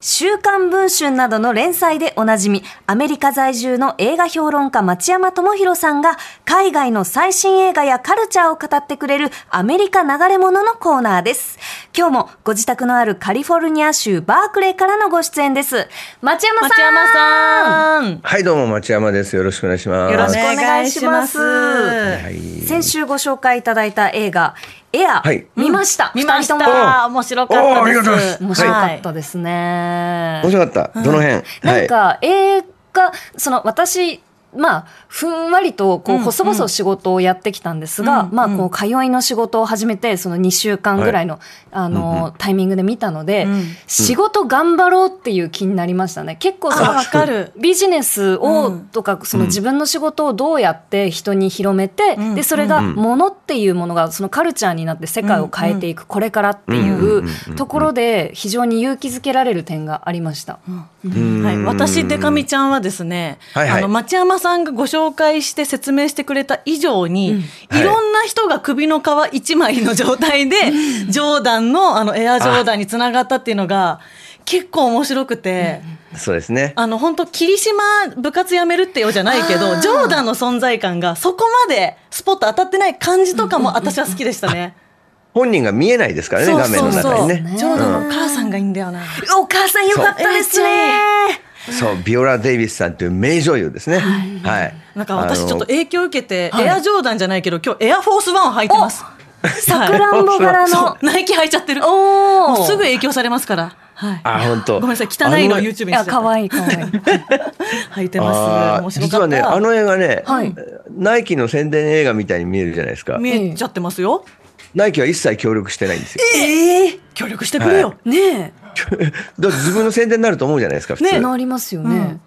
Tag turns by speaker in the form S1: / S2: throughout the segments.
S1: 週刊文春などの連載でおなじみ、アメリカ在住の映画評論家町山智博さんが、海外の最新映画やカルチャーを語ってくれるアメリカ流れ物のコーナーです。今日もご自宅のあるカリフォルニア州バークレーからのご出演です。町山さん
S2: 町山さん。
S3: はい、どうも町山です。よろしくお願いします。
S1: よろしくお願いします
S2: お願いします
S3: はい。
S1: 先週ご紹介いただいた映画、エア、
S3: はい
S1: 見ました。
S2: 見まし
S1: 二人とも
S2: た。面白かった
S3: おーあ
S2: で。
S3: りがとうございますす
S1: 面白かったですね。
S3: 面白かった。どの辺
S1: なん
S3: は
S1: か映画、その私、まあ、ふんわりとこう
S2: うん
S1: 細々仕事をやってきたんですが、
S2: うん
S1: まあ、
S2: うん
S1: こう通いの仕事を始めてその2週間ぐらいの,、あのタイミングで見たので、
S2: うん
S1: 仕事頑張ろうっていう気になりましたね結構そ
S2: あ
S1: の
S2: わかる。
S1: ビジネスを
S2: うん
S1: とか、その自分の仕事をどうやって人に広めて、
S2: うん
S1: でそれが
S3: うん
S1: 物っていうものがそのカルチャーになって世界を変えていく、これからって
S3: うんうんうん
S1: いううんところで非常に勇気づけられる点がありました。
S3: ん
S2: はい、私デカミちゃんはですね、
S3: はいは
S2: あ
S3: い
S2: の町山さんがご紹介して説明してくれた以上に、
S3: はい
S2: いろんな人が首の皮一枚の状態で、ジョーダンのあのエアジョーダンにつながったっていうのが結構面白くて、
S3: い。そうですね。
S2: あの本当霧島部活やめるってよじゃないけど、ジョーダンの存在感がそこまでスポット当たってない感じとかも私は好きでしたね。
S3: 本人が見えないですからね、画面の中にね。
S2: ジョーダンのお母さんがいいんだよな。
S1: お母さんよかったですね。
S3: そう、ビオラ・デイビスさんという名女優ですね。はい。
S2: なんか私ちょっと
S3: あ
S2: 影響受けて、
S1: い
S2: エアジョーダンじゃないけど今日エアフォースワン履いて ます。
S1: さくらんぼ柄の
S2: そうナイキ履いちゃってる。も
S1: お
S2: う
S1: お
S2: すぐ影響されますから。はい。
S3: の。あ、本当。
S2: ごめんなさい汚いの
S3: あ
S2: YouTube
S1: い
S2: にし
S1: や
S2: ちゃ
S1: 可
S2: った。
S1: 愛い可愛い。
S2: 履いて
S3: あ
S2: ま
S3: ー
S2: す。面白
S3: 実
S2: か
S3: は
S2: っ
S3: ね、
S2: た。
S3: あの映画ね、
S1: はい
S3: ナイキの宣伝映画みたいに見えるじゃないですか。
S2: 見えちゃってますよ。
S3: ナイキは一切協力してないんですよ。
S2: ええ協力してくれよ。
S1: ね
S3: だって自分の宣伝になると思うじゃないですか、普
S1: え、
S3: 通。
S1: なりますよね。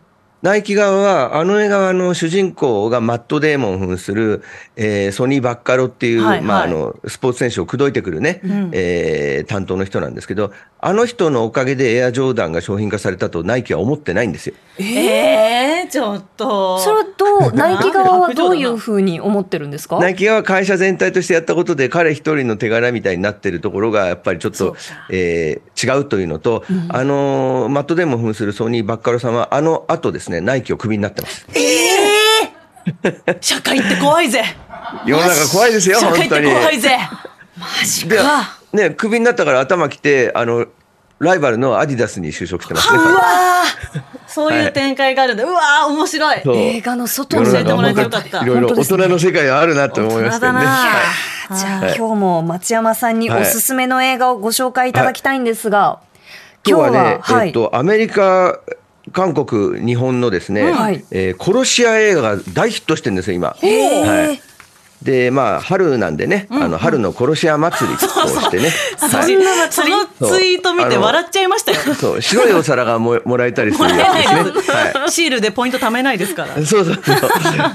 S3: ナイキ側は、あの映画はあの主人公がマット・デーモン扮する、えーソニー・バッカロっていう、
S2: はいはい
S3: まあ、あのスポーツ選手を口説いてくるね、えー担当の人なんですけど、あの人のおかげでエア・ジョーダンが商品化されたとナイキは思ってないんですよ。
S2: ええちょっと。
S1: それはどうナイキ側はどういうふうに思ってるんですか？
S3: ナイキ側は会社全体としてやったことで、彼一人の手柄みたいになってるところが、やっぱりちょっ
S2: そう
S3: と
S2: か、
S3: えー違うというのと、あのーマット・デーモン扮するソニー・バッカロさんは、あの後ですね、ナイキをクビになってます。
S2: 社会って怖いぜ。
S3: 世の中怖いですよ、
S2: 社会
S3: 本
S2: っ
S3: 当
S2: て
S3: に。
S2: 怖いぜ。
S3: で
S2: か、
S3: ね、クビになったから頭きて、あの、ライバルのアディダスに就職してますね。
S2: うわーそういう展開があるんで、うわー面白い。
S3: そう
S1: 映画の外
S3: 世
S1: に
S3: の
S2: 教えて
S3: 中
S2: もらえてよかっ
S3: 本
S2: た
S3: 当いろいろ
S1: 本当
S3: 大
S1: です
S3: 人
S1: ね
S3: の世界はあるなと思いましたよね。
S2: 大人だな
S3: はい
S1: じゃあ、今日も町山さんにおすすめの映画をご紹介いただきたいんですが、
S3: 今日はね、
S1: は
S3: えっと、アメリカ、韓国、日本のですね、
S1: はい
S3: えー殺し屋映画が大ヒットしてるんですよ、今。
S1: へー
S3: はいで、まあ、春なんでね、あの、春の殺し屋祭りをしてね。はい
S2: 私そのツイート見て笑っちゃいましたよ。
S3: そう、白いお皿がももらえたりす
S2: もら
S3: る
S2: え
S3: やつ
S2: な
S3: で
S2: い
S3: す
S2: で
S3: ね。
S2: す。
S3: はい。
S2: シールでポイント貯めないですから。
S3: そ うそうそう。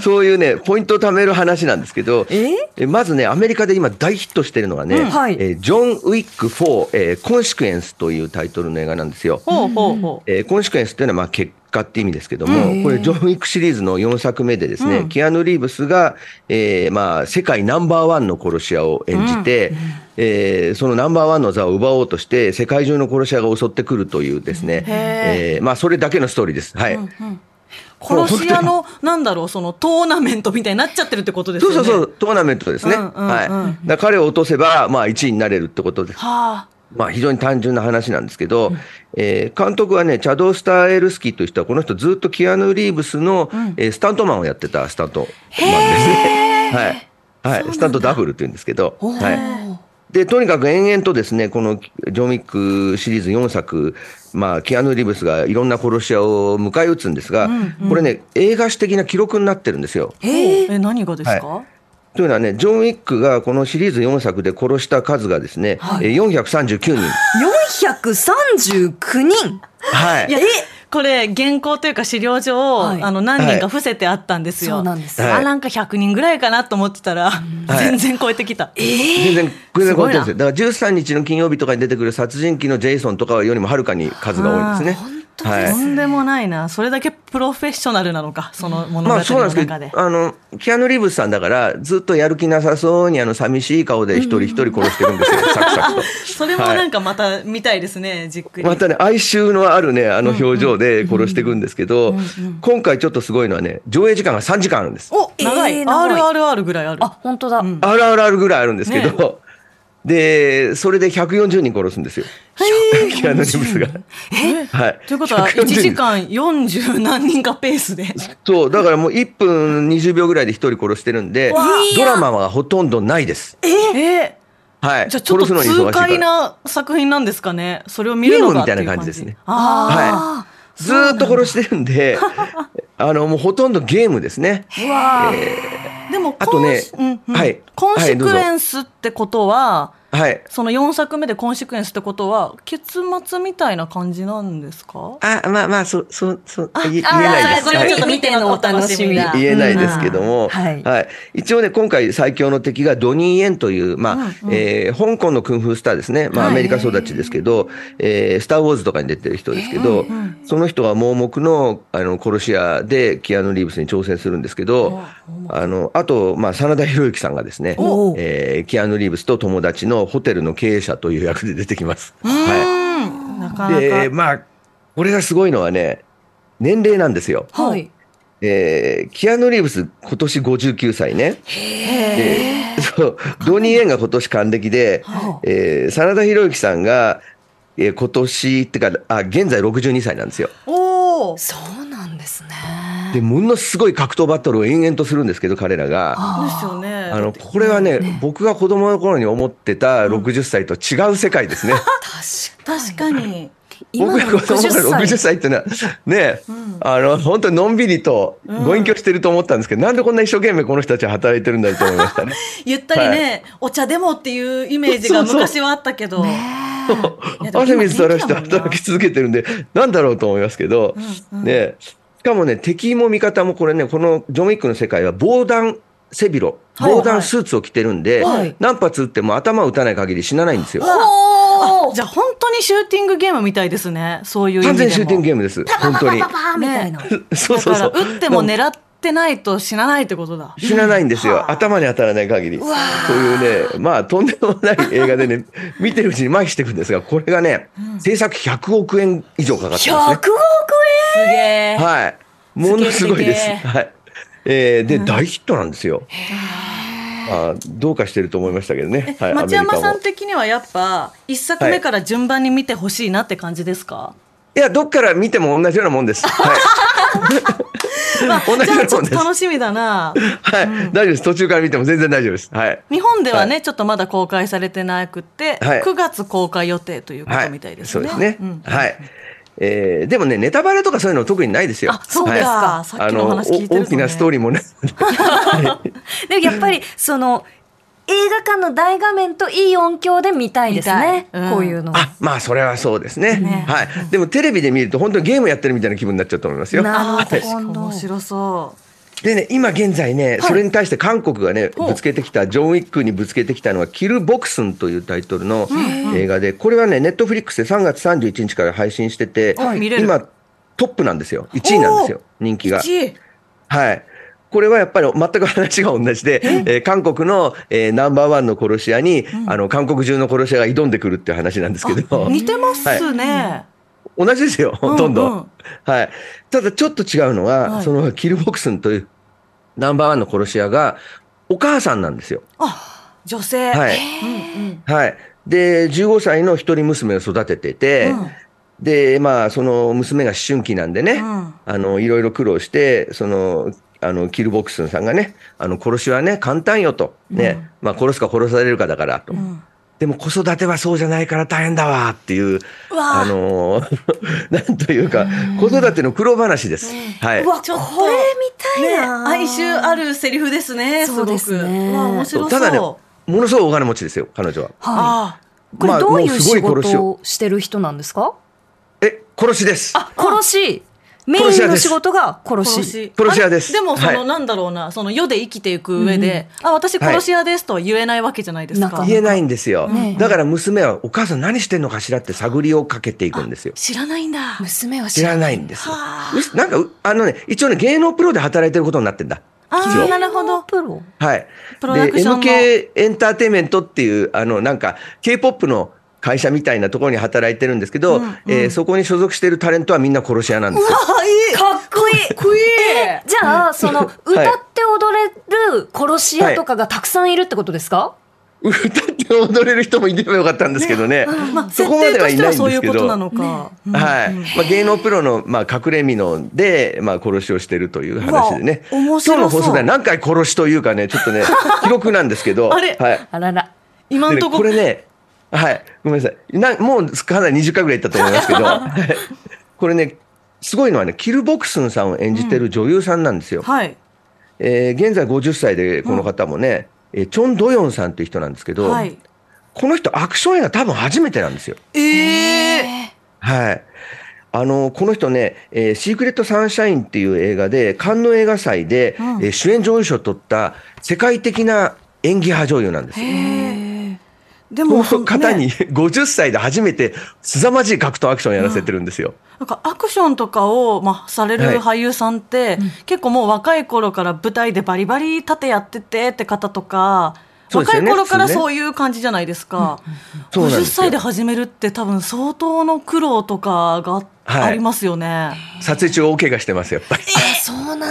S3: そういうね、ポイントを貯める話なんですけど、
S1: え
S3: えまずね、アメリカで今大ヒットしてるのがね、
S1: うんはい
S3: えージョン・ウィック4、えーコンシクエンスというタイトルの映画なんですよ。
S2: ほうほうほう。
S3: えーコンシクエンスっていうのはまあ結果って意味ですけども、
S1: うん
S3: これジョン・ウィックシリーズの4作目でですね、キアヌ・リーブスが、えーまあ世界ナンバーワンの殺し屋を演じて、えーそのナンバーワンの座を奪おうとして、世界中の殺し屋が襲ってくるというですね、えーまあそれだけのストーリーです。はい。
S2: 殺し屋の、なんだろう、そのトーナメントみたいになっちゃってるってことです
S3: そ
S2: よ
S3: う
S2: ね。
S3: そうそう、トーナメントですね。
S2: うんうんうん
S3: はい。だから彼を落とせば、まあ1位になれるってことです。
S2: はあ。
S3: まあ非常に単純な話なんですけど、えー監督はね、チャド・スターエルスキーという人は、この人ずっとキアヌ・リーブスの、えースタントマンをやってたスタントマンですね。はい。はい。スタントダブルって言うんですけど、はい。で、とにかく延々とですね、このジョン・ウィックシリーズ4作、まあ、キアヌ・リーブスがいろんな殺し屋を迎え撃つんですが、これね、映画史的な記録になってるんですよ。
S2: ええ、何がですか、
S3: というのはね、ジョン・ウィックがこのシリーズ4作で殺した数がですね、えー439人。
S1: 439人
S3: はい。
S2: い、や、これ、原稿というか資料上、
S1: はい
S2: あの、何人か伏せてあったんです
S1: は
S2: よ。
S1: いそうなんです
S3: はい
S2: あ、なんか100人ぐらいかなと思ってたら、全然超えてきた。
S3: 全然、全然
S2: す
S3: 超
S2: ご
S3: え
S2: い
S3: てる
S2: なん
S3: ですよ。だから13日の金曜日とかに出てくる殺人鬼のジェイソンとかよりもはるかに数が多いんですね。
S1: 当です
S2: とんでもないな。それだけプロフェッショナルなのか、その物語
S3: ま
S2: の
S3: あそうなんですけ
S2: 中で。
S3: ど、あの、キアヌ・リーブスさんだから、ずっとやる気なさそうに、あの、寂しい顔で一人一人殺してるんです よ、サクサクと。
S2: それもなんかまた見たいですね、じっくり。
S3: またね、哀愁のあるね、あの表情で殺していくんですけど、今回ちょっとすごいのはね、上映時間が3時間あるんです。
S2: お長い、
S1: えー長い
S2: RRR ぐらいある。
S1: あ、本当だ。
S2: ん
S3: あるあるあるぐらいあるんですけど、 で、それで140人殺すんですよ。
S2: へー
S3: キアヌ・リーブスが。 はい。
S2: ということは、
S3: 140
S2: 1
S3: 人
S2: 時間40何人かペースで。
S3: そう、だからもう1分20秒ぐらいで一人殺してるんで
S1: わあ、
S3: ドラマはほとんどないです。
S2: え
S3: はい。
S2: じゃあちょっと
S3: 殺すのに忙しい
S2: 痛
S3: から
S2: 快な作品なんですかね。それを見るのがっていう
S3: ゲームみたいな感じですね
S2: あ
S1: あ
S3: ずーっと殺してる んで、あの、もうほとんどゲームですね。
S1: ーうわー
S2: あ。でもコン、
S3: あとね
S2: うんうん
S3: はい
S2: コンシクエ
S3: は
S2: ンスってことは、
S3: はい。
S2: その4作目でコンシクエンスってことは、結末みたいな感じなんですか
S3: あ、まあまあ、そう、そう、そう、言え言え
S1: あー
S3: ないで
S1: そ
S3: す。
S1: れはちょっと
S3: はい
S1: 見てのお楽しみだ。
S3: 言えないですけども、
S1: は
S3: はいい、一応ね、今回最強の敵がドニー・エンという、まあ、えー香港の空風スターですね。まあ、
S1: は
S3: ア
S1: い
S3: メリカ育ちですけど、えースター・ウォーズとかに出てる人ですけど、その人が盲目の、あの、殺し屋で、キアヌ・リーブスに挑戦するんですけど、あの、あと、まあ、真田広之さんがですね、
S1: おう
S3: えーキアヌ・リーブスと友達のホテルの経営者という役で出てきます。は
S2: うん。なか
S3: い。で、
S2: なか。
S3: まあ、これがすごいのはね、年齢なんですよ。
S1: はい。
S3: えーキアヌ・リーブス今年59歳ね。
S2: へー
S3: でそう、ドニー・エンが今年還暦で、えー、真田広之さんが、えー今年ってか、あ、現在62歳なんですよ。
S2: おお。
S1: そうなんですね。
S3: で、ものすごい格闘バトルを延々とするんですけど、彼らが。
S2: で
S1: あ
S2: すよね。
S3: あの、これはね、僕が子供の頃に思ってた60歳と違う世界ですね。
S1: ー
S2: 確かに。
S1: 今
S3: 僕
S1: の
S3: が子供の頃
S1: 60
S3: 60
S1: 歳。
S3: 歳ってのは、ね、あの、本当にのんびりとご隠居してると思ったんですけど、なんでこんな一生懸命この人たちは働いてるんだろうと思いましたね。
S2: ゆったりね、お茶でもっていうイメージが
S3: そうそう
S2: 昔はあったけど。 いやでも
S3: 汗水垂らして
S2: 今元気だもんな
S3: 働き続けてるんで、なんだろうと思いますけど、ね、しかもね、敵も味方もこれね、このジョン・ウィックの世界は防弾背広、
S2: はい
S3: 防弾スーツを着てるんで、
S1: はい
S3: 何発撃っても頭を撃たない限り死なないんですよ。
S1: おお。
S2: じゃあ本当にシューティングゲームみたいですね。そういう意味で
S3: 完
S2: も。
S3: 全シューティングゲームです、本当に
S1: パ。パーみたいな。
S3: そうそうそ
S2: だから
S3: う。
S2: 打っても狙ってないと死なないってことだ。
S3: 死なないんですよ。頭に当たらない限り。というね、まあ、とんでもない映画でね、見てるうちに麻痺していくんですが、これがね、制作100億円以上かかって
S1: 100
S3: ますね。
S1: 億
S2: すげえ。
S3: はい。ものすごいで
S2: ス
S3: す。
S2: ケール的
S3: はい。えーで、大ヒットなんですよ。あーどうかしてると思いましたけどね。はい、
S2: 町山
S3: ア
S2: さ
S3: メ
S2: ん
S3: リカも
S2: 的にはやっぱ一作目から順番に見てほしいなって感じですか、
S3: いや、どっから見ても同じようなもんです。はい。
S2: まあ、
S3: 同じ
S2: じ
S3: よう
S2: ゃ
S3: な
S2: あちょ
S3: もん
S2: っ
S3: です
S2: と。楽しみだな
S3: はい、大丈夫です。途中から見ても全然大丈夫です。はい。
S2: 日本ではね、
S3: は
S2: ちょっとまだ公開されてなくて、
S3: はい
S2: 9月公開予定というこ
S3: は
S2: と
S3: い。
S2: みたいです
S3: そう
S2: ね。
S3: ですね。
S2: ん
S3: はい。えーでもね、ネタバレとかそういうの特にないですよ。
S2: あそうですか
S3: はい
S2: さっきのお話聞いてるとね
S3: あのお大きなストーリーもね。
S1: 円。 でもやっぱりその映画館の大画面といい音響で見たいですね
S2: 見。たいうん
S1: こういうの。
S3: あ、まあ、それはそうですね。はい。でも、テレビで見ると本当にゲームやってるみたいな気分になっちゃうと思いますよ。
S1: な
S2: あ
S1: る
S2: ー
S1: ほ
S2: 確かに
S1: ど。
S2: 面白そう。
S3: でね、今現在ね、それに対して韓国がね、ぶつけてきた、ジョン・ウィックにぶつけてきたのは、キル・ボクスンというタイトルの映画で、これはね、ネットフリックスで3月31日から配信してて、
S2: はい見れる
S3: 今、トップなんですよ。1位なんですよ、人気が。
S2: 1位
S3: はい。これはやっぱり全く話が同じで、えー韓国の、えーナンバーワンの殺し屋に、あの、韓国中の殺し屋が挑んでくるっていう話なんですけど、
S2: 似てますね。
S3: 同じですよ、ほとんど。
S2: うんうん
S3: はい。ただちょっと違うのは、
S2: はい
S3: そのキルボクスンというナンバーワンの殺し屋が、お母さんなんですよ。
S2: あ女性。
S3: はい。
S2: うん
S3: はい。で、15歳の一人娘を育ててて、で、まあ、その娘が思春期なんでね、
S2: ん
S3: あの、いろいろ苦労して、その、あの、キルボクスンさんがね、あの、殺しはね、簡単よと。ね、まあ、殺すか殺されるかだからと。でも子育てはそうじゃないから大変だわっていう、あの ーなんというか、子育ての苦労話です。はい。
S1: うわ、こ
S2: ちょっと
S1: れ見たい
S2: ね、
S1: な。
S2: 哀愁あるセリフですね。す
S1: そう
S2: ご
S1: で
S2: く。
S1: すね
S2: うわ面白そう。
S3: ただね、ものすごいお金持ちですよ、彼女は。
S1: は
S2: あ
S1: い。これ
S3: まあ
S1: どうい
S3: も
S1: う
S3: うすご
S1: 仕
S3: い殺し
S1: 事
S3: を
S1: をしてる人なんですか？
S3: え、殺しです。
S1: あ、殺し。メインの仕事が殺し。
S2: 殺し
S3: 殺し屋です
S2: あれでもその、
S3: はい
S2: なんだろうなその世で生きていく上で、あ私殺し屋ですとは言えないわけじゃないですか、
S1: はいなんか
S3: 言えないんですよ
S1: ね。
S3: だから娘はお母さん何してんのかしらって探りをかけていくんですよ。
S2: 知らないんだ
S1: 娘は
S3: 知らないんですよ
S2: は。
S3: うすなんかう、あのね、一応ね、芸能プロで働いてることになってんだ。
S2: あ
S3: 一
S2: ー
S3: 応
S2: なるほど
S1: プロ。
S3: はい。
S2: プロダクションの
S3: で、MK エンターテインメントっていう、あの、なんか、K-POP の会社みたいなところに働いてるんですけど、えーそこに所属してるタレントはみんな殺し屋なんですよ。
S1: かっこいい。
S2: クイー
S1: じゃあ、その、歌って踊れる殺し屋とかがたくさんいるってことですか、
S3: 歌って踊れる人もいればよかったんです けどね。
S2: まあ、
S3: そ
S2: 設
S3: こま
S2: 定
S3: で
S2: と
S3: は
S2: して
S3: いな
S2: はい
S3: ん
S2: そうい
S3: です
S2: う
S3: け
S2: こと
S3: ど。
S2: なのか。うん
S3: はい。まあ、芸能プロの、まあ、隠れ身ので、まあ、殺しをしてるという話でね。
S2: うわ面白そう
S3: 今日の放送では何回殺しというかね、ちょ っとね、記録なんですけど。
S2: あれ
S3: はい。
S1: あらら。
S2: 今
S3: で
S2: ん
S3: ね
S2: とこ
S3: これね、はい。ごめんなさい。なもう、かなり20回ぐらいいったと思 いますけど。はいこれね、すごいのはね、キルボクスンさんを演じてる女優さんなんですよ。
S2: はい。
S3: えー現在50歳で、この方もね、えーチョン・ドヨンさんっていう人なんですけど、
S2: はい。
S3: この人アクション映画多分初めてなんですよ。
S2: ええ
S3: はい。あの、この人ね、えーシークレット・サンシャインっていう映画で、カンヌ映画祭で、えー主演女優賞を取った世界的な演技派女優なんですよ。
S2: ええで
S3: こ
S2: も、
S3: の方に
S2: ね
S3: 50歳で初めて凄まじい格闘アクションをやらせてるんですよ。
S2: なんかアクションとかを、まあ、され
S3: はい
S2: る俳優さんって、結構もう若い頃から舞台でバリバリ立てやっててって方とか、
S3: そうで
S2: 若
S3: すよ
S2: い
S3: ね
S2: 頃から
S3: 普通ね
S2: そういう感じじゃないですか、
S3: そうなんです
S2: 50
S3: よ
S2: 歳で始めるって多分相当の苦労とかが
S3: はい
S2: ありますよね、
S3: 撮影中大怪我してます、やっぱり。
S1: そうなんだ。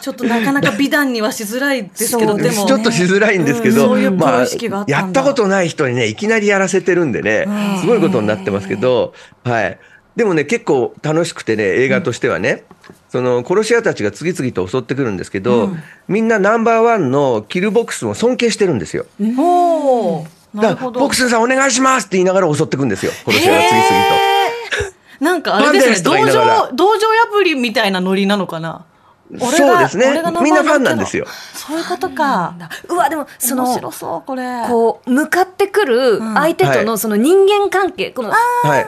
S2: ちょっとなかなか美談にはしづらいですけど、
S1: そうで
S2: で
S1: も
S2: も
S3: ちょっとしづらいんですけど、
S2: うんそういうプ
S3: ま
S2: ロ
S3: あ
S2: 意識があったんだ
S3: やったことない人にね、いきなりやらせてるんでね、すごいことになってますけど、はい。でもね、結構楽しくてね、映画としてはね、その殺し屋たちが次々と襲ってくるんですけど、みんなナンバーワンのキルボックスを尊敬してるんですよ。
S2: おーな
S3: だ
S2: る
S3: から、
S2: ほ
S3: ボ
S2: ど
S3: ク。スンさんお願いしますって言いながら襲ってくんですよ、殺し屋が次々と。
S2: なんかあれですね、
S3: フ
S2: 道
S3: ァンですとか言いながら
S2: 場、道場破りみたいなノリなのかな。俺が
S3: そうですね
S2: 俺がナ。バー
S3: みんなファン
S2: ワ
S3: な
S2: っ
S3: ん
S2: ての
S3: ですよ。
S2: そういうことか。
S1: うわ、でも、そ
S2: 面
S1: の
S2: 白、そう、これ。
S1: こう、向かってくる相手と
S3: は
S1: の
S3: い
S1: その人間関係、この、
S3: は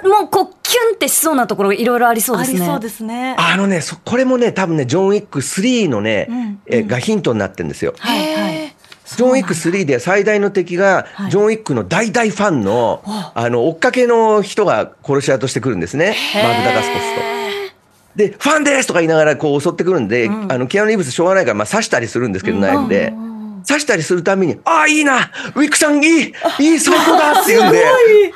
S3: い。
S1: もうこう、キュンってしそうなところいろいろありそう
S2: あ
S1: です
S2: り
S1: ね。
S2: そうですね。
S3: あのね、そこれもね、多分ね、ジョン・ウィック3のね、えがヒントになってるんですよ。
S2: はいは
S1: へ
S2: い。
S3: ジョン・ウィック3で最大の敵が、
S2: い
S3: ジョン・ウィックの大大ファンの、あの、追っかけの人が殺し屋として来るんですね。マーク・ダガスコスと。で、ファンですとか言いながらこう襲ってくるんで、あの、キアヌ・リーブスしょうがないから、まあ刺したりするんですけど、ナイフで。刺したりするために、ああ、いいなウィックさんいいいい最高だって言うんで、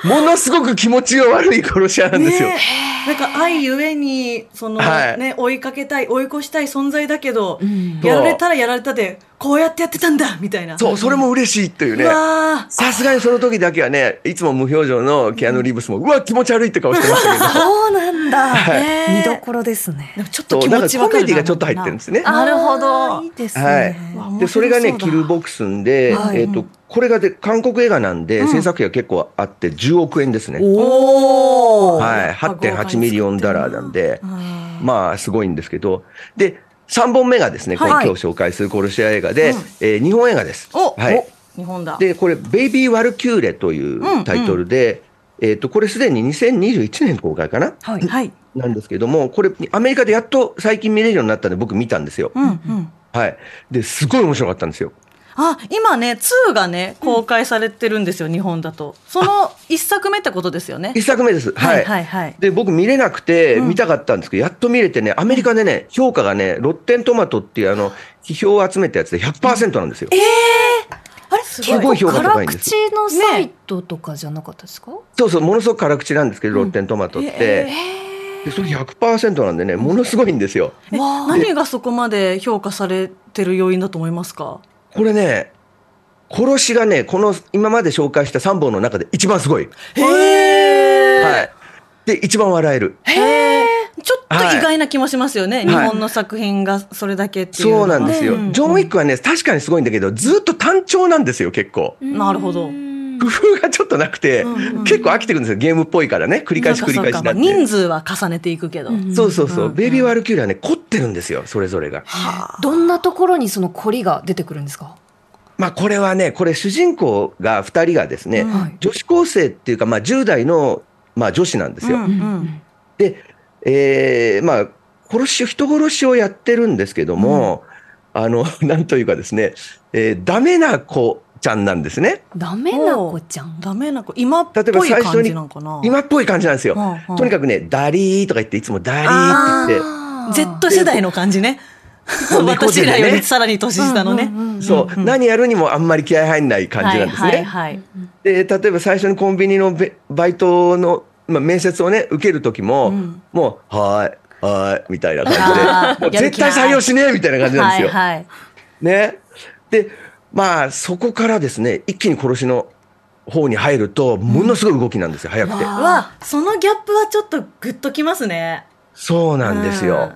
S3: ものすごく気持ちが悪い殺し屋なんですよ。
S2: ねえなんか愛ゆえに、その
S3: はい
S2: ね、追いかけたい、追い越したい存在だけど、
S3: そう
S2: やられたらやられたで、こうやってやってたんだみたいな。
S3: そう、それも嬉しいという
S2: う
S3: ね。
S2: わ
S3: さすがにその時だけはね、いつも無表情のキアヌ・リーブスも、うわ、気持ち悪いって顔してましたけど。
S1: そうなんだ。
S2: い
S1: 見どころですね
S2: ー。でもちょっと
S3: そう
S2: 気
S3: なん
S2: 持
S3: か
S2: ちわ
S3: コ
S2: かる
S3: メディがちょっと入ってるんですね。
S2: なるほど
S1: あーいいですね。
S3: は
S2: わ
S3: い。で、それがね、
S2: 面白
S3: キ
S2: そうだ
S3: ルボックスンで、
S1: はい
S3: えっと、これがで、韓国映画なんで、制作費が結構あって、10億円ですね。
S2: おー
S3: はい。8.8ミリオンダラーなんで
S2: う、ん
S3: まあ、すごいんですけど。で、3本目がですね、こ
S1: はい
S3: の今日紹介する殺し屋映画で、えー日本映画です。
S2: お
S3: はい。
S2: 日本だ。
S3: で、これ、ベイビー・ワルキューレというタイトルで、えっと、これすでに2021年公開かな
S1: はい
S2: はい。
S3: なんですけども、これ、アメリカでやっと最近見れるようになったんで、僕見たんですよ。
S2: うんうん。
S3: はい。で、すごい面白かったんですよ。
S2: あ、今ね、2がね、公開されてるんですよ、日本だと。その一作目ってことですよね。
S3: 一作目です。はい。
S2: はいはい。
S3: で、僕見れなくて、見たかったんですけど、やっと見れてね、アメリカでね、評価がね、ロッテントマトっていうあの、批評を集めたやつで100%なんですよ。
S1: あれ
S2: す
S1: 結
S3: ご
S1: 構
S3: い評価高
S1: 辛
S3: いんです
S1: 口のサイトとかじゃなかったですか、
S3: そうそう、ものすごく辛口なんですけど、ロッテントマトって。でそれ100%なんでね、ものすごいんですよ。
S2: え
S1: わあ
S2: 何がそこまで評価されてる要因だと思いますか
S3: これね、殺しがね、この今まで紹介した3本の中で一番すごい。
S2: へ
S3: はい。で、一番笑える。
S2: ちょっと意外な気もしますよね、
S3: い
S2: 日本の作品がそれだけっていうの
S3: そ
S2: は
S3: うなんですよ。
S2: うん
S3: ジョン・ウィックはね、確かにすごいんだけど、ずっと単調なんですよ、結構。
S2: なるほど
S3: 工夫がちょっとなくて、結構飽きてくるんですよ。ゲームっぽいからね。繰り返し繰り返し
S2: そうかそう
S3: に
S2: かま
S3: な
S2: あ
S3: って。
S2: 人数は重ねていくけど、
S3: そうそうそう。ベイビー・ワルキューレはね、凝ってるんですよ、それぞれが。
S1: どんなところにその凝りが出てくるんですか
S3: まあこれはね、これ主人公が2人がですね、
S1: はい
S3: 女子高生っていうか、まあ10代の、まあ女子なんですよ。
S2: うんうん
S3: で、えーまあ、殺し、人殺しをやってるんですけども、あの、 なんというかですね、えーダメな子ちゃんなんですね。
S1: ダメな子ちゃん。
S2: ダメな子今っぽい
S3: 例えば最初
S2: 感
S3: に
S2: じなんかな
S3: 今っぽい感じなんですよ。
S2: はあはあ
S3: とにかくね、ダリーとか言って、いつもダリーって言って、
S1: あー
S2: Z 世代の感じね
S3: そう
S2: 私らよ
S3: 猫背で
S2: り
S3: ね
S2: さらに年下のね
S3: そう、何やるにもあんまり気合入んない感じなんですね。
S2: はいはいはい
S3: で例えば最初にコンビニのべバイトの、まあ、面接をね受ける時も、
S2: うん
S3: もう「はーいはーい」みたいな感
S2: あー
S3: じでもう
S2: やる気
S3: 絶
S2: な
S3: 対
S2: い
S3: 採用しねえみたいな感じなんですよ。
S2: はいはい
S3: ね、でまあそこからですね一気に殺しの方に入るとものすごい動きなんですよ、早くて。
S1: わあ
S2: わそのギャップはちょっとグッときますね
S3: そうなんです
S2: うん
S3: よ。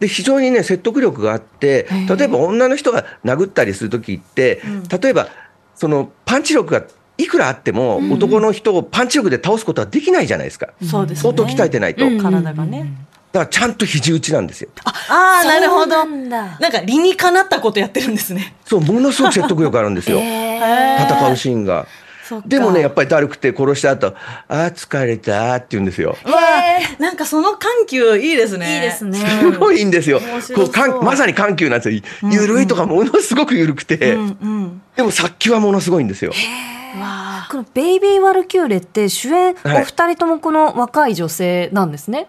S3: で非常にね説得力があって
S2: ー
S3: 例えば女の人が殴ったりする時って、例えばそのパンチ力がいくらあっても、男の人をパンチ力で倒すことはできないじゃないですか。
S2: そうです
S3: 相当鍛えてないと、
S1: うん
S3: だ
S2: 体がね
S3: からちゃんと肘打ちなんですよ
S2: ああなるほ
S1: そ
S2: ど
S1: うなんだ
S2: なんか理にかなったことやってるんですね
S3: そうものすごく説得力あるん ですよ、
S1: えー
S3: 戦うシーンが
S2: そっか
S3: でもねやっぱりだるくて殺した後あー疲れた」って言うんですよ
S2: うわなんかその緩急いいですね
S1: いいですね。
S3: すごいいいんですよ
S2: 面白そう
S3: こうかんまさに緩急なんですよゆるいとかものすごくゆるくて、
S2: うんうん
S3: でも殺気はものすごいんですよ
S2: わ
S1: このベイビーワルキューレって主演
S3: はい
S1: お二人ともこの若い女性なんですね。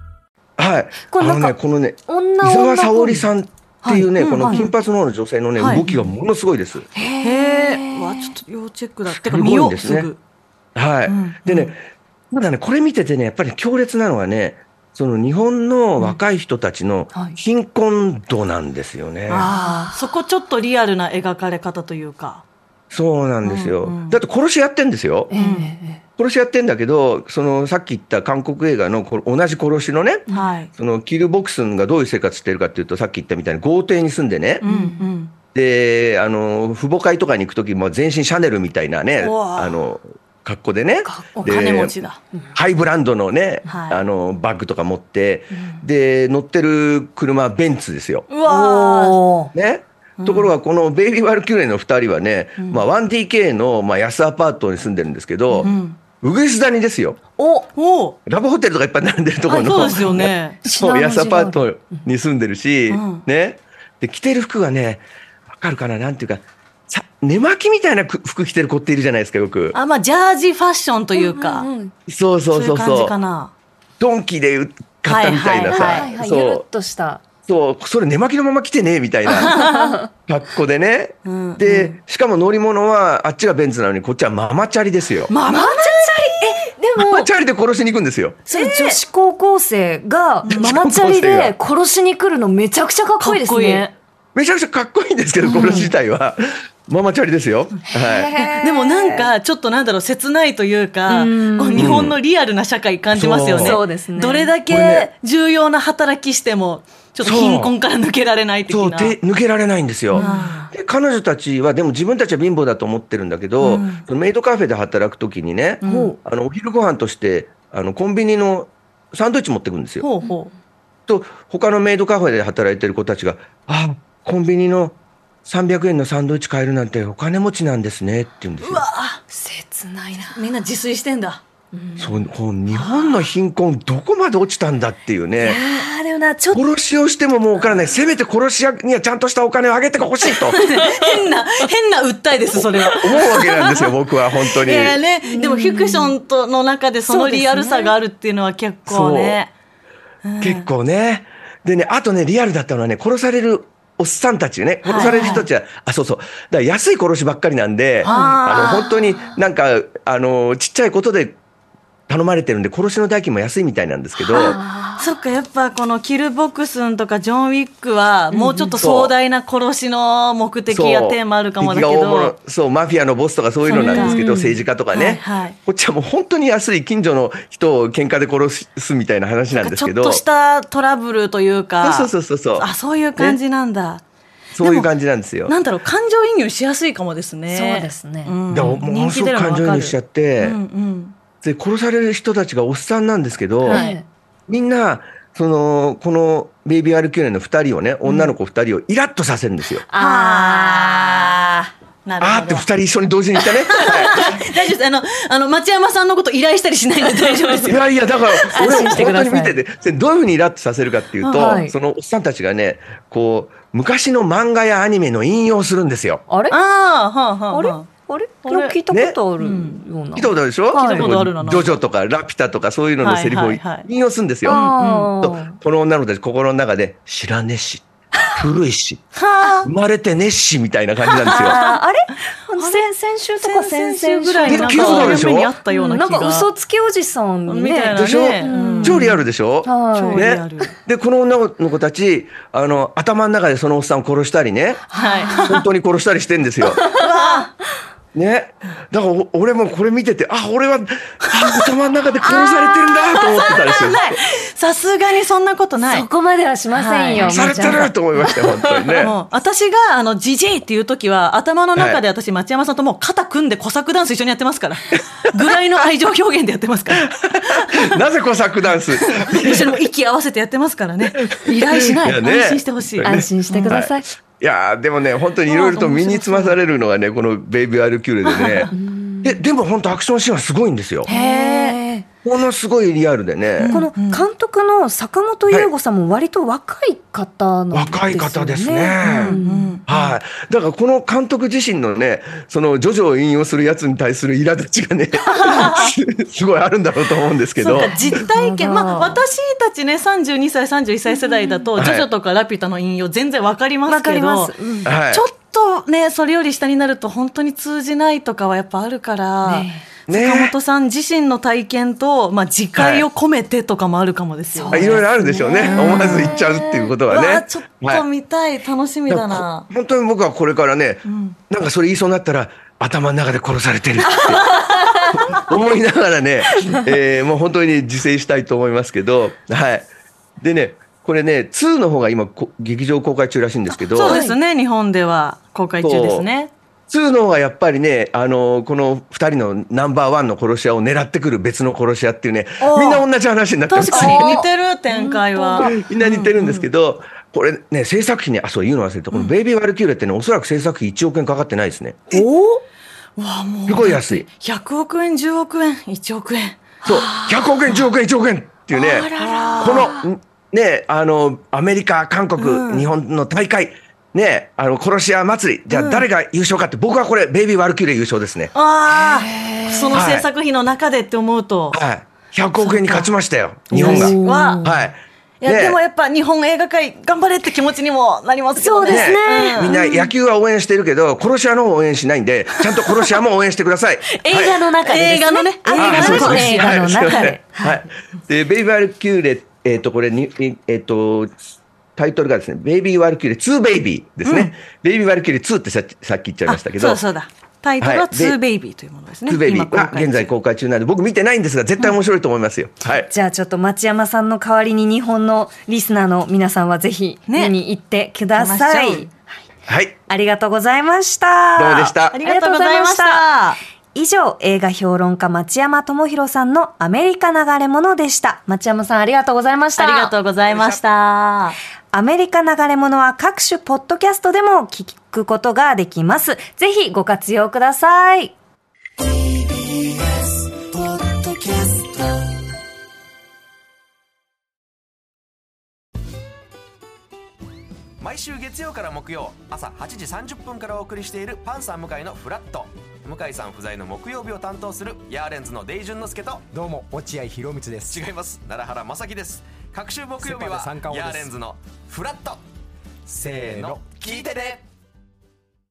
S3: はい
S1: これ
S3: あ
S1: なん
S3: の
S1: か
S3: ねこのね伊
S1: 女
S3: 沢
S1: 女
S3: 沙織さんっていうね、
S1: はいうん
S3: この
S1: はい
S3: 金髪の方の女性のね、
S2: はい
S3: 動きがものすごいです、
S2: あへえわちょっと要チェックだってか
S3: すごい
S2: 見よ
S3: ん
S2: う
S3: ですね
S2: すぐ
S3: はい。
S2: ん
S3: でね、ただね、これ見ててね、やっぱり強烈なのはね、その日本の若い人たちの
S1: はい
S3: 貧困度なんですよね。
S2: あーそこちょっとリアルな描かれ方というか
S3: そうなんですよ。
S2: うんうん
S3: だって殺しやってんですよ。
S1: ええ
S3: 殺しやってんだけど、そのさっき言った韓国映画のこれ同じ殺しのね、
S2: はい
S3: そのキルボックスンがどういう生活してるかっていうと、さっき言ったみたいに豪邸に住んでね、
S2: うんうん
S3: で、あの、父母会とかに行くとき、も全身シャネルみたいなね、
S2: うわ
S3: あの、格好でね。
S2: お
S3: で
S2: 金持ちだ
S3: ハイブランドのね、
S2: はい
S3: あのバッグとか持って、で乗ってる車はベンツですよ。
S2: うわー
S1: お
S3: ね、ところがこのベイビー・ワルキューレの2人はね、まあ、1DK のまあ安アパートに住んでるんですけど、ウグイス谷ですよ
S2: おお
S3: ラブホテルとかいっぱい並んでるところ
S2: あ
S3: の
S2: そうですよね
S3: そう
S1: 品物
S3: 安アパートに住んでるし、
S2: ん
S3: ねで着てる服がねわかるかななんていうかさ寝巻きみたいなく服着てる子っているじゃないですかよく。
S2: あまあジャージファッションというか、
S3: そうそうそ
S2: そういう
S3: う
S2: 感
S3: そ
S2: じか
S3: う
S2: な
S3: ドンキで買ったみたいなさ、
S2: はい
S1: はいはい、
S3: そう
S1: ゆるっとした。
S3: そう、それ寝巻きのまま来てねみた いな格好でね。
S2: ん
S3: で、しかも乗り物はあっちがベンツなのにこっちはママチャリですよ。
S2: ママ
S1: で
S3: マ
S1: も
S3: マ、チャリで殺しに行くんですよ。
S1: それ女子高校生がママチャリで殺しに来るのめちゃくちゃかっこいいですね。
S3: めちゃくちゃかっこいいんですけど、殺し自体は。ママチャリですよ。はい。
S2: でもなんかちょっとなんだろう切ないというか
S1: うん
S2: こう日本のリアルな社会感じますよね,、
S3: うんそう
S1: ですね
S2: どれだ
S3: これ
S2: け
S3: ね
S2: 重要な働きしてもちょっと貧困から抜けられない的
S3: そう、
S2: な
S3: 手抜けられないんですよ。で彼女たちは、でも自分たちは貧乏だと思ってるんだけど、そのメイドカフェで働くときにね、
S2: ん
S3: あの、お昼ご飯として、あの、コンビニのサンドイッチ持ってくんですよ。
S2: ほうほ
S3: と他のメイドカフェで働いてる子たちが「あコンビニの300円のサンドイッチ買えるなんてお金持ちなんですね」って言うんですよ。
S1: 切ないな。
S2: うみんな自炊してんだ
S3: そうこの日本の貧困どこまで落ちたんだっていうね
S1: ああ、でもな、ちょっと
S3: 殺しをしてももうお金ないせめて殺し屋にはちゃんとしたお金をあげてほしいと思
S2: 変な変な訴えですそれは。
S3: うわけなんですよ僕は本当
S2: い
S3: に。
S2: やね、でもフィクションとの中でそのリアルさがあるっていうのは結構ね。
S3: 結構ね。でね、あとね、リアルだったのはね、殺されるおっさんたちね、殺される人たちは、あ、そうそう。だから安い殺しばっかりなんで、
S2: あー
S3: あの、本当になんか、あの、ちっちゃいことで、頼まれてるんで、殺しの代金も安いみたいなんですけど、
S2: そっか、やっぱこのキルボックスンとかジョン・ウィックは、もうちょっと壮大な殺しの目的やテーマあるかもだけ
S3: 敵が大
S2: ど
S3: 物、そうマフィアのボスとかそういうのなんですけど
S2: そうか
S3: 政治家とかね、
S2: はいはい
S3: こっちはもう本当に安い近所の人を喧嘩で殺すみたいな話なんです
S2: ちょ
S3: け
S2: っ
S3: ど
S2: としたトラブルというか、
S3: そうそうそうそう
S2: あ、そういう感じなんだ。
S3: そういう感じなんですよ。
S2: なんだろう、感情移入しやすいかもですね。
S4: そうですね
S2: ん
S3: でもものすごく感情移入しちゃっ
S2: う
S3: て、
S2: んうん。
S3: で殺される人たちがおっさんなんですけど、
S4: はい
S3: みんなそのこのベイビー・アル・キューネの2人をね女の子2人をイラッとさせるんですよ。
S4: あ
S2: なるほど。
S3: あーって2人一緒に同時に 言ったね。はい
S2: 大丈夫です。あの、あの、町山さんのこと依頼したりしないん で大丈夫です
S3: い
S2: よ。
S3: やいや、だから、俺、
S4: 心してく
S3: 本
S4: だ
S3: 当
S4: さい
S3: に見てて、それどういうふうにイラッとさせるかっていうと、
S4: はい
S3: そのおっさんたちがね、こう、昔の漫画やアニメの引用をするんですよ。
S4: ーあれ
S2: ああ、はあ、はあ。
S4: あれ
S2: は
S4: あれ
S2: あれ
S4: なんか聞いたことあるような
S3: 聞いたことあるでしょ
S4: はい聞いた
S2: ことあるな
S3: ジョジョとかラピュタとかそういうののセリフ
S2: は
S3: を
S2: いはいはい
S3: 引用するんですよ。
S4: あ
S3: と
S4: ー
S3: この女の子たち心の中で、知らねえし、古いし、
S2: あ
S3: 生。まれてねえし、みたいな感じ なんですよ。
S4: あーあれ先先週とか先々週
S2: ぐらいになん
S3: 聞いたことある
S2: か、
S3: でしょ
S2: 夢にあったよう
S4: う
S2: なん気が。
S4: なんか嘘つきおじさんね
S2: みたいな
S3: でしょ
S2: ね。うん
S3: 超リアルでしょ、
S4: はい
S2: 超リアル
S3: ね。で、この女の子たち、あの、頭の中でそのおっさんを殺したりね、
S2: はい。
S3: 本当に殺したりしてんですよ。ね、だからお俺もこれ見ててあ俺はあ頭の中で殺されてるんだと思ってたんですよ。
S2: さすがにそんなことない
S4: そ。こまではしませんよ、
S3: されてると思いましたよ本当にね。
S2: もう私があの GJ っていう時は頭の中で私、町山さんともう肩組んで小作ダンス一緒にやってますから ぐらいの愛情表現でやってます から
S3: なぜコサックダンス
S2: 一緒にもう息合わせてやってますからね依頼しない
S3: いやね
S2: 安心してほしい
S4: 安心してください、
S3: いやーでもね本当にいろいろと身につまされるのがねこの「ベイビー・アル・キューレ」でねででも本当アクションシーンはすごいんですよ。
S4: へえ
S3: ものすごいリアルでね。
S4: この監督の坂本優吾さんも割と若い方なんですよね、
S3: 若い方ですね
S4: うん
S3: はい。だからこの監督自身のね、そのジョジョを引用するやつに対する苛立ちがね、すすごいあるんだろうと思うんですけ
S2: そう
S3: ど。
S2: か実体験、
S4: なる
S2: まあ、
S4: ほど
S2: 私たちね32歳31歳世代だと、
S3: ん
S2: ジョジョとかラピュタの引用全然わかりま
S4: わ
S2: す
S4: か
S2: け
S4: り
S2: ど、
S4: ます、うん
S3: はい
S2: ちょっとねそれより下になると本当に通じないとかはやっぱあるから、
S4: ね
S3: ね
S2: 坂本さん自身の体験と、まあ、自戒を込めてとかもあるかもですよ、
S3: あいろいろあるでしょうね。思わず言っちゃうっていうことは
S2: うわ
S3: ね
S2: ー。ちょっ
S3: はい
S2: と見たい、楽しみだな。
S3: 本当に僕はこれからね、なんかそれ言いそうになったら、頭の中で殺されてるって思いながらね、えーもう本当に自制したいと思いますけど、はい。でね、これね、2の方が今、こ劇場公開中らしいんですけど、
S2: そうですね、日本では公開中ですね。
S3: 2の方がやっぱりね、あのこの2人のナンバーワンの殺し屋を狙ってくる別の殺し屋っていうね、みんな同じ話になってる
S2: 確
S3: んで
S2: か
S3: す
S2: に似てる展開は。
S3: みんな似てるんですけど、これね、制作費に、あ、そう言うの忘れた、このベイビー・ワルキューレってね、おそらく制作費1億円かかってないですね。すごい安い。
S2: 100億円、10億円、1億円。
S3: そう、100億円、10億円、1億円っていうね、この、んね、あの、アメリカ、韓国、日本の大会、ね、あの、殺し屋祭り、じゃあ誰が優勝かって、僕はこれ、ベイビー・ワルキューレ優勝ですね。
S2: ああ、その制作費の中でって思うと。
S3: はい。100億円に勝ちましたよ、日本が。
S2: は、
S3: はい。
S2: いや、
S3: ね
S2: でもやっぱ日本映画界頑張れって気持ちにもなりますよね。
S4: そうですね
S3: みんな野球は応援してるけど、殺し屋の方を応援しないんで、ちゃんと殺し屋も応援してください。
S4: 映画の中でです、ね、
S2: 映画のね
S4: あ
S3: あそうそう
S4: 映画の
S3: はいすいま
S4: 中
S3: せん
S4: で、
S3: はい。で、ベイビーワルキューレ、えっ、と、これに、えっ、と、タイトルがですね、ベイビーワルキューレ2ベイビーですね。ベイビーワルキューレ2ってさっきさっき言っちゃいましたけど、
S2: あそうだそうだ。タイトルは
S3: はいで
S2: 2ベイビーというものですね。
S3: 2ベイビ
S2: 今
S3: ーが現在
S2: 公
S3: 公開中なんで、僕見てないんですが、絶対面白いと思いますよ。はい。
S1: じゃあちょっと町山さんの代わりに日本のリスナーの皆さんはぜひ見に行ってください。
S2: ね行きましょう
S3: はい。
S1: ありがとうございました。
S3: どうもでし
S2: 開
S3: た
S2: ありがとうございまし。
S1: ありがとうございました以上、映画評論家町山智博さんのアメリカ流れ物でした。町山さんありがとうございました。
S2: ありがとうございました。
S1: アメリカ流れ物は各種ポッドキャストでも聞くことができます。ぜひご活用ください。
S5: 毎週月曜から木曜朝8時30分からお送りしているパンサー向井のフラット向井さん不在の木曜日を担当するヤーレンズのデイジュンの之介と
S6: どうも落合博満です
S5: 違います奈良原正樹です各週木曜日
S6: セパで
S5: は
S6: 三冠王
S5: ヤ
S6: で
S5: ー
S6: す
S5: レンズのフラット
S6: せ
S5: せーの聞いてね